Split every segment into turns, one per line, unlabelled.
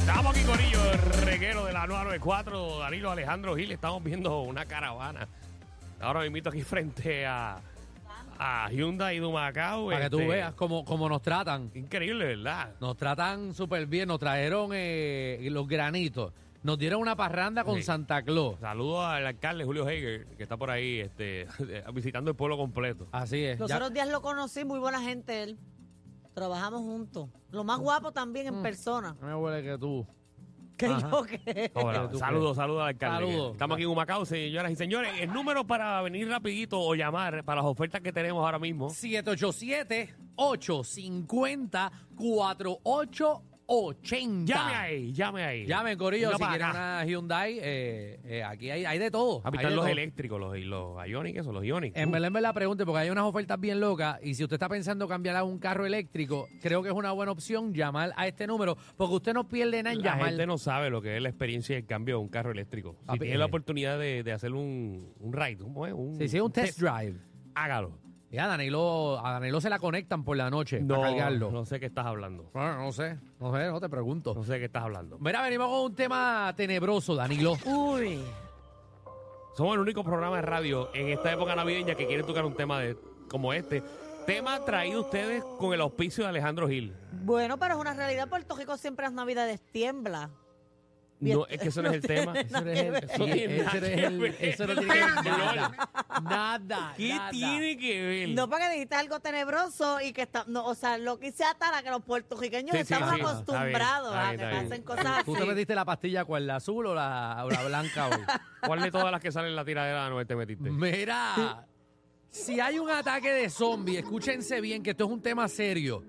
Estamos aquí con ellos, el reguero de la 994, Danilo Alejandro Gil. Estamos viendo una caravana. Ahora me invito aquí frente a, a Hyundai y Dumacao.
Para que tú
este,
veas cómo, cómo nos tratan.
Increíble, ¿verdad?
Nos tratan súper bien. Nos trajeron eh, los granitos. Nos dieron una parranda con
Sí.
Santa Claus.
Saludos al alcalde Julio Heiger, que está por ahí este, visitando el pueblo completo.
Así es.
Los
Ya-
otros días lo conocí, muy buena gente él. Trabajamos juntos. Lo más guapo también en persona.
Me huele que tú.
Mm. Que
Ajá.
yo que.
Hola,
Este, ¿Tú
saludos, saludos al alcalde.
Saludos.
Estamos aquí en Humacao, señoras y señores. El número para venir rapidito o llamar para las ofertas que tenemos ahora mismo.
787-850-4880.
Llame ahí, llame ahí.
Llamen, Corillo,
No
si
para
quieren
acá.
una Hyundai. eh, eh, aquí hay, hay de todo.
Ah, pues
hay
están
de
los
todo.
eléctricos, los, y los Ionic, eso, los Ionic.
En verdad, en verdad, pregunte, porque hay unas ofertas bien locas. Y si usted está pensando cambiar a un carro eléctrico, creo que es una buena opción llamar a este número, porque usted no pierde nada en
la
llamar.
gente no sabe lo que es la experiencia del cambio de un carro eléctrico. Si
Papi,
tiene la
eh.
oportunidad de, de hacer un, un ride, ¿cómo es? Un,
Sí, sí, un test drive.
Hágalo.
Y a Danilo, a Danilo se la conectan por la noche para cargarlo.
no sé qué estás hablando.
Bueno, no sé, no sé, no te pregunto.
No sé qué estás hablando.
Mira, venimos con un tema tenebroso, Danilo.
Uy.
Somos el único programa de radio en esta época navideña que quiere tocar un tema de, como este. Tema traído ustedes con el auspicio de Alejandro Gil.
Bueno, pero es una realidad. Puerto Rico siempre las navidades tiembla. Bien.
No, es que eso no es el tema.
Eso no es el-
Eso no tiene
eso no es
nada
el-
que ver.
eso no tiene que ver nada. Nada.
¿Qué
nada.
tiene que ver?
No porque dijiste algo tenebroso y que está. No, o sea, lo que hice atar a que los puertorriqueños
Sí, sí,
estamos
sí.
acostumbrados
Está bien, está
a
bien,
que pasen
está
cosas así.
¿Tú te metiste la pastilla con la azul o la, o la blanca hoy?
¿Cuál de todas las que salen en la tiradera no te metiste?
Mm. Mira, si hay un ataque de zombie, escúchense bien que esto es un tema serio.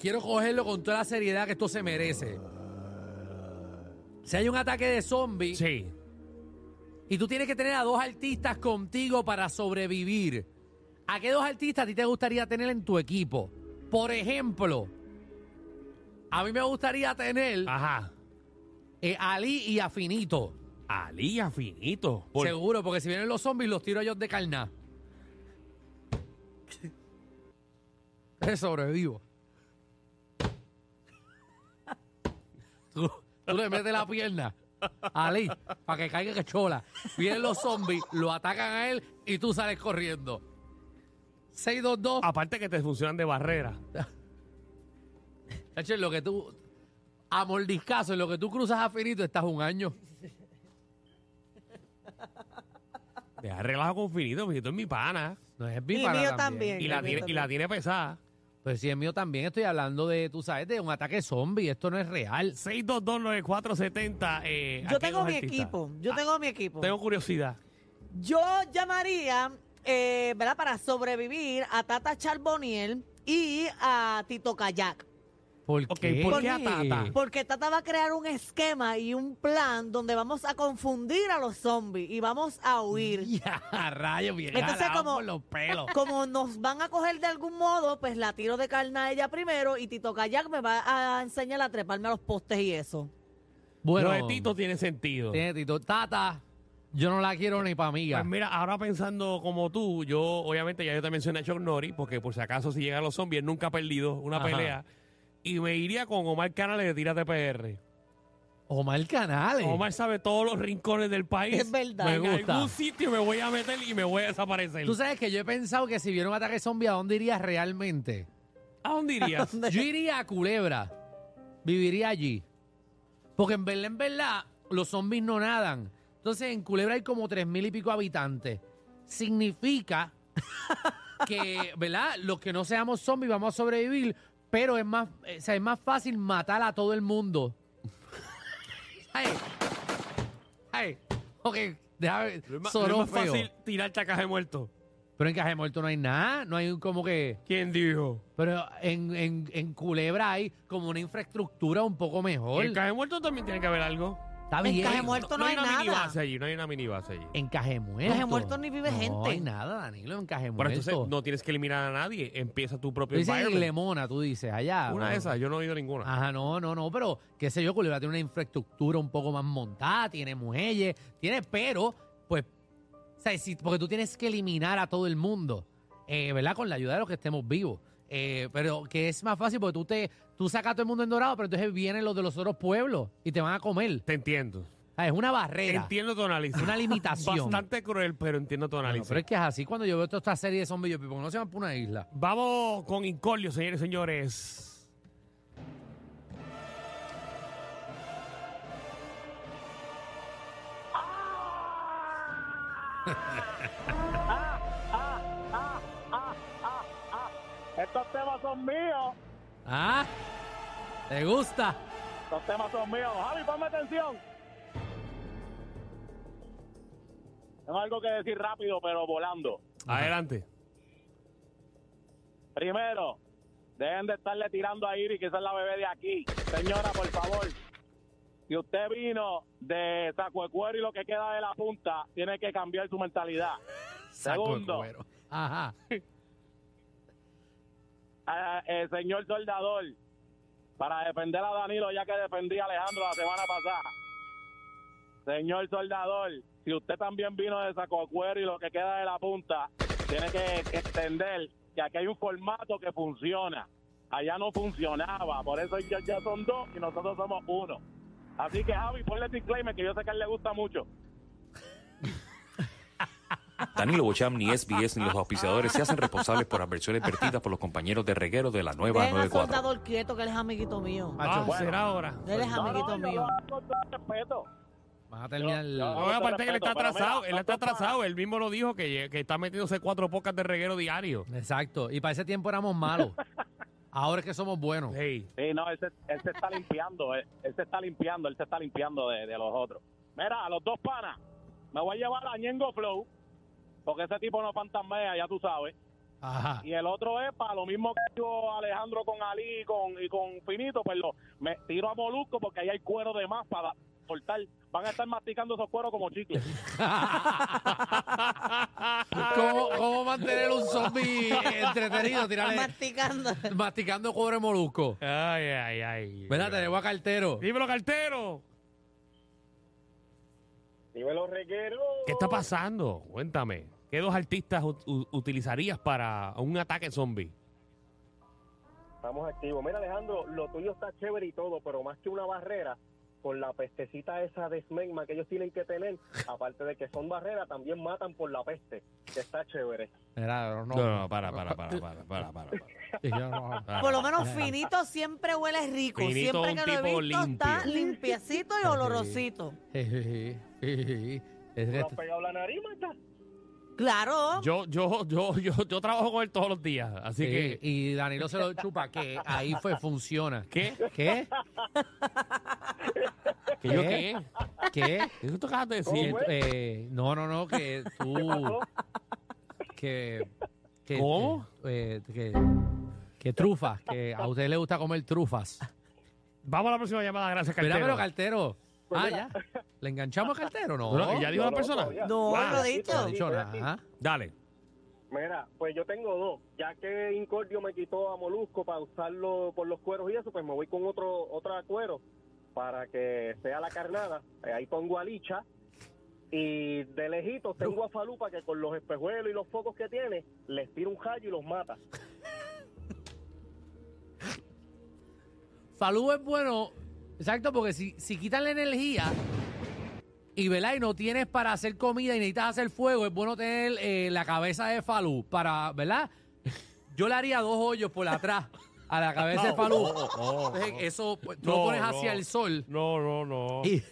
Quiero cogerlo con toda la seriedad que esto se merece. Si hay un ataque de zombie
Sí.
y tú tienes que tener a dos artistas contigo para sobrevivir, ¿a qué dos artistas a ti te gustaría tener en tu equipo? Por ejemplo, a mí me gustaría tener
Ajá.
eh, a Ali y a Finito.
Alía finito. Por-
Seguro, porque si vienen los zombies, los tiro yo de carná. Te sobrevivo. Tú, tú le metes la pierna a Ali para que caiga que chola. Vienen los zombies, lo atacan a él y tú sales corriendo. 622.
Aparte que te funcionan de barrera.
Chacho, en lo que tú. A mordiscazo, en lo que tú cruzas a Finito, estás un año.
Deja relajo con Finito, Finito es mi pana.
No es
Y
bípara
mío
también.
también.
Y la,
Finito
tiene, y la tiene pesada.
Pues si es mío también, estoy hablando de, tú sabes, de un ataque zombie. Esto no es real.
6229470. Eh,
Yo
aquí hay
tengo
dos
mi
artistas.
equipo. Yo
Ah,
tengo mi equipo.
Tengo curiosidad.
Yo llamaría, eh, ¿verdad? Para sobrevivir a Tata Charboniel y a Tito Kayak.
¿Por
Ok,
qué?
¿por qué a Tata?
Porque Tata va a crear un esquema y un plan donde vamos a confundir a los zombies y vamos a huir.
Ya, rayo, bien
Entonces,
jalado
como-
por los pelos.
Como nos van a coger de algún modo, pues la tiro de carne a ella primero y Tito Kayak me va a enseñar a treparme a los postes y eso.
Bueno,
Bueno,
Lo de Tito tiene sentido.
tiene Tito. Tata, yo no la quiero ni para amiga.
Pues mira, ahora pensando como tú, yo obviamente ya yo te mencioné a Chuck Norris, porque por si acaso si llegan los zombies, él nunca ha perdido una
Ajá.
pelea. Y me iría con Omar Canales de Tírate PR.
Omar Canales.
Omar sabe todos los rincones del país.
Es verdad.
Me
Me
en
gusta.
algún sitio me voy a meter y me voy a desaparecer.
Tú sabes que yo he pensado que si viera un ataque zombie, ¿a dónde irías realmente?
¿A dónde irías?
Yo iría a Culebra. Viviría allí. Porque en verdad, en verdad, los zombies no nadan. Entonces, en Culebra hay como tres mil y pico habitantes. Significa que, ¿verdad? Los que no seamos zombies vamos a sobrevivir, pero es más, eh, o sea, es más fácil matar a todo el mundo. Ay. Ay. Ok, déjame.
No es más, no es
Sonó
más
feo.
fácil tirar chacaje muerto.
Pero en Caja Muerto no hay nada. No hay un como que.
¿Quién dijo?
Pero en, en, en Culebra hay como una infraestructura un poco mejor.
En Caje Muerto también tiene que haber algo.
Está
En
bien.
Caja Muerto no hay
una
nada.
minibase allí, no hay una minibase allí.
En Cajemuerto.
En Cajemuerto ni vive
No
gente.
hay nada, Danilo, en
Pero
Cajemuerto.
entonces no tienes que eliminar a nadie, empieza tu
Tú
propio
dices en
environment.
Lemona, tú dices, allá.
Una
¿no?
de esas, yo no he oído ninguna.
Ajá, no, no, no, pero qué sé yo, Culebra tiene una infraestructura un poco más montada, tiene muelles, tiene, pero, pues, o sea, si- porque tú tienes que eliminar a todo el mundo, eh, ¿verdad? Con la ayuda de los que estemos vivos. Eh, pero que es más fácil porque tú te, tú Tú sacas a todo el mundo en Dorado, pero entonces vienen los de los otros pueblos y te van a comer.
Te entiendo.
Ah, es una barrera,
Entiendo tu análisis.
una limitación.
Bastante cruel, pero entiendo tu
Bueno,
análisis.
pero es que es así. Cuando yo veo toda esta serie de zombies, yo pienso, no se van por una isla.
Vamos con Incolio, señores y señores.
Estos temas son míos.
¿Ah? ¿Te gusta?
Estos temas son míos. Javi, ponme atención. Tengo algo que decir rápido, pero volando.
Adelante.
Primero, dejen de estarle tirando a Iris, que esa es la bebé de aquí. Señora, por favor. Si usted vino de saco de cuero y lo que queda de la punta, tiene que cambiar su mentalidad.
Saco de
Segundo.
cuero.
Ajá.
Ah, eh, señor soldador, para defender a Danilo, ya que defendí a Alejandro la semana pasada. Señor soldador, si usted también vino de saco cuero y lo que queda de la punta, tiene que entender que aquí hay un formato que funciona. Allá no funcionaba, por eso ya, ya son dos y nosotros somos uno. Así que Javi, ponle disclaimer que yo sé que a él le gusta mucho.
Danilo Bocham, ni SBS, ni los auspiciadores se hacen responsables por adversiones vertidas por los compañeros de reguero de la nueva
Dejen al
94.
soldador quieto, que él es amiguito mío.
Macho,
Ah,
bueno.
será ahora.
Él es
No, no,
amiguito
yo lo
mío.
hago con todo respeto.
Vas a terminar...
Yo-
No,
yo- Con
aparte
todo
que él está
respeto, pero
atrasado,
mira,
él está
no compara.
atrasado, él mismo lo dijo que, que está metiéndose cuatro pocas de reguero diario.
Exacto. Y para ese tiempo éramos malos. Ahora es que somos buenos.
Hey.
Sí, no, él se, él se está limpiando, él, él se está limpiando, él se está limpiando de, de los otros. Mira, a los dos panas, me voy a llevar a Ñengo Flow, porque ese tipo no fantasmea, ya tú sabes.
Ajá.
Y el otro es para lo mismo que yo Alejandro con Ali y con, y con Finito, pues lo, me tiro a Molusco porque ahí hay cuero de más para cortar. Van a estar masticando esos cueros como chicles.
Ah.
¿Cómo, cómo mantener un zombie entretenido?
Está
Tirarle,
masticando.
masticando cobre molusco.
Ay, ay, ay.
Mira, te debo a cartero.
Dímelo, cartero.
los regueros.
¿Qué está pasando? Cuéntame. ¿Qué dos artistas ut- u- utilizarías para un ataque zombie?
Estamos activos. Mira, Alejandro, lo tuyo está chévere y todo, pero más que una barrera, con la pestecita esa de esmegma que ellos tienen que tener, aparte de que son barreras, también matan por la peste, que está chévere.
Mira, no,
No, no, no, para, para, para, para, para, para. para.
Y yo no.
Para.
Por lo menos Finito siempre huele rico.
Finito
siempre
un
que lo he
tipo
visto está
limpio.
limpiecito y olorosito.
Es que- Este-
¿No has pegado la nariz, mata?
Claro.
Yo, yo, yo, yo, yo trabajo con él todos los días, así
Sí,
que.
y Danilo se lo chupa, que ahí fue, funciona.
¿Qué?
¿Qué?
¿Que yo qué?
¿Qué?
¿Qué tú acabas de
Que,
decir?
eh, no, no, no, que tú. Que. que
¿Cómo?
eh, que, que trufas, que a usted le gusta comer trufas.
Vamos a la próxima llamada, gracias,
Mira,
cartero.
pero cartero. Ah, ya. ¿Le enganchamos a cartero? No.
Bueno, ¿Ya dijo la persona?
No,
Ah,
lo he
sí,
dicho.
No ha dicho nada.
Dale.
Mira, pues yo tengo dos. Ya que Incordio me quitó a Molusco para usarlo por los cueros y eso, pues me voy con otro otra cuero para que sea la carnada. Eh, Ahí pongo a Licha. Y de lejitos tengo a Falupa que con los espejuelos y los focos que tiene, les tira un rayo y los mata.
Falú es bueno. Exacto, porque si, si quitan la energía y ¿verdad? y no tienes para hacer comida y necesitas hacer fuego, es bueno tener eh, la cabeza de Falú para, ¿verdad? Yo le haría dos hoyos por atrás a la cabeza
Oh,
de Falú. Entonces, Eso, pues, tú lo
No,
pones
no.
hacia el sol.
No, no, no.
Y,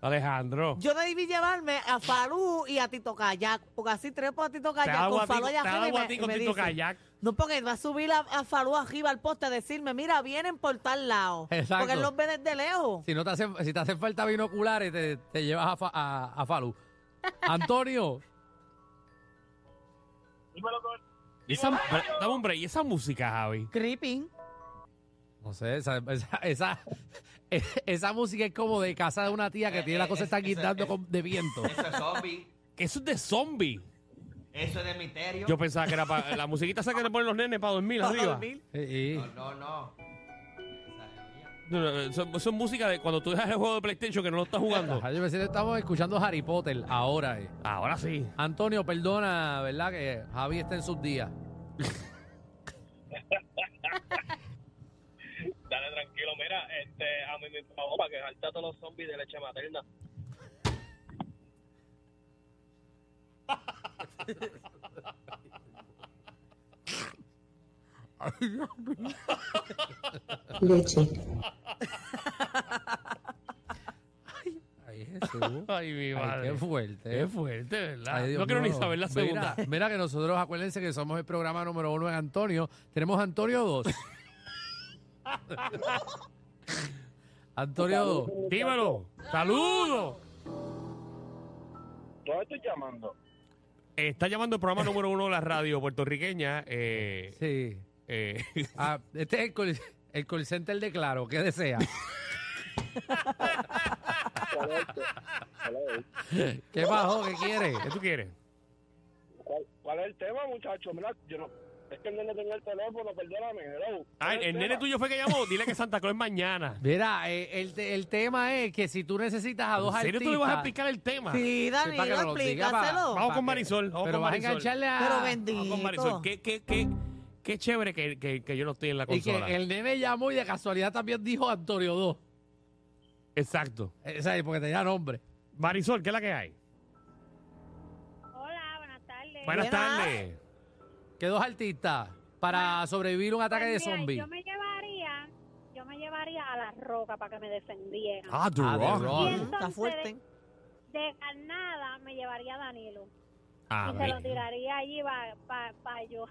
Alejandro.
Yo debí llevarme a Falú y a Tito Kayak, porque así trepo a Tito
Te
Kayak
hago
con
a ti,
Falú allá
te
arriba. y
hago
me-
a ti
y
con
me
Tito
dice,
Kayak.
No, porque va a subir a, a Falú arriba al poste a decirme, mira, vienen por tal lado.
Exacto.
Porque él los ve desde lejos.
si, no te hacen, si te hacen falta binoculares, te, te llevas a, Fa- a- a Falú. Antonio,
Y esa, pero, dame un break. ¿Y esa música, Javi?
Creeping.
no sé, esa, esa, esa, esa música es como de casa de una tía que tiene la cosa está guindando con- de viento.
Eso es zombie.
Que eso es de zombie.
Eso es de misterio.
Yo pensaba que era para... La musiquita esa que le ponen los nenes para dormir arriba.
Sí,
No,
sí.
no, no. Esa es mía.
No, no, no, eso, eso es música de cuando tú dejas el juego de PlayStation que no lo estás jugando.
Ajá, yo pensé que estamos escuchando Harry Potter ahora. eh.
Ahora sí.
Antonio, perdona, ¿verdad? Que Javi está en sus días.
Dale Mira, este, a mí me pagó para quejarte a todos los zombies de leche materna.
Leche.
Ay, Jesús.
Ay, mi
Ay,
madre.
qué fuerte.
Qué fuerte, ¿verdad?
Ay, Dios
no quiero ni
mío.
saber la segunda.
Mira, mira que nosotros, acuérdense que somos el programa número uno en Antonio. Tenemos a Antonio 2. Antonio 2.
Dímelo. Saludos.
¿Dónde estoy llamando?
Está llamando el programa número uno de la radio puertorriqueña. Eh,
Sí.
eh,
Ah, este es el call, el call center de Claro. ¿Qué desea?
¿Cuál es este? ¿Cuál es este?
¿Qué bajó? ¿Qué quiere?
¿Qué tú quieres?
¿Cuál, cuál es el tema, muchachos? Mira, yo no... Es que el nene tenía el teléfono, perdóname, hello.
Ah,
¿Cuál
el,
es
el nene
tema?
tuyo fue que llamó. Dile que Santa Claus es mañana.
Mira, eh, el, te- el tema es que si tú necesitas a dos
¿En serio tú le
artistas-
vas a explicar el tema?
Sí,
para que
Danilo,
nos lo diga, pa-
explícaselo.
Vamos con
pa' que-
Marisol. Vamos
Pero
con
vas a
Marisol.
engancharle a...
Pero bendito.
Ah, Vamos con Marisol. Qué, qué, qué, qué chévere que, que- que yo no estoy en la
Y que
consola.
el nene llamó y de casualidad también dijo Antonio 2.
Exacto.
Eh, ¿sabes? Porque tenía nombre.
Marisol, ¿qué es la que hay?
Hola, buenas tardes. Pues
Buenas
Buenas.
tardes.
que dos artistas para sobrevivir a un ataque de
Pues mira,
zombies.
Yo me llevaría, yo me llevaría a la roca para que me defendieran.
Ah, The
Ah, The
Rock.
Rock.
Y
Está
entonces,
fuerte.
De carnada me llevaría a Danilo.
Ah,
y se lo tiraría allí para yo,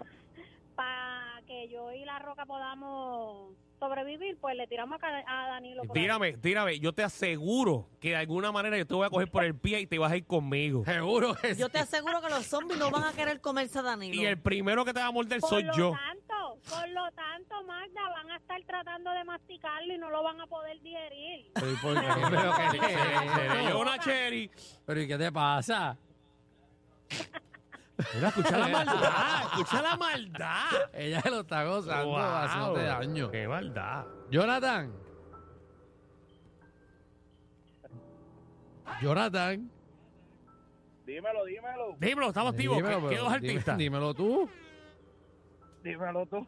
para que yo y la roca podamos sobrevivir, pues le tiramos a, ca- a Danilo. por ahí.
Tírame, tírame. Yo te aseguro que de alguna manera yo te voy a coger por el pie y te vas a ir conmigo.
Seguro que
Yo
sí.
te aseguro que los zombies no van a querer comerse a Danilo.
Y el primero que te va a morder
Por
soy
lo
yo.
tanto, por lo tanto, Magda, van a estar tratando de masticarlo y no lo van a poder digerir.
Pero, ¿y por qué? ¿Pero qué es
Seré yo
esto?
una cherry.
¿Pero y qué te pasa?
Mira, escucha la maldad. Ah, escucha la maldad.
Ella se lo está gozando,
Wow.
haciéndote daño.
Qué maldad.
Jonathan. Jonathan. Eh,
Dímelo, dímelo.
Dímelo, estamos activos. ¿Qué,
Dímelo,
qué
pero
dos artistas?
dime- Dímelo tú.
Dímelo tú.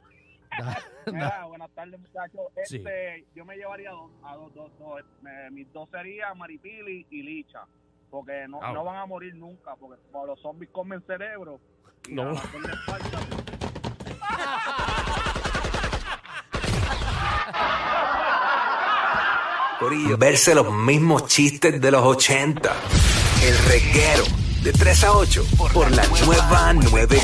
Da- da-
Mira, buenas tardes, muchachos.
Sí.
Este, Yo me llevaría a dos, a dos, dos, dos. Me- mis dos serían Maripili y Licha. Porque no,
Ah,
no
bueno.
van a morir nunca. Porque como los zombies comen cerebro. Y
No.
a la gente les falta.
Corillo, verse los mismos chistes de los 80. El reguero de 3 a 8 por la nueva 9.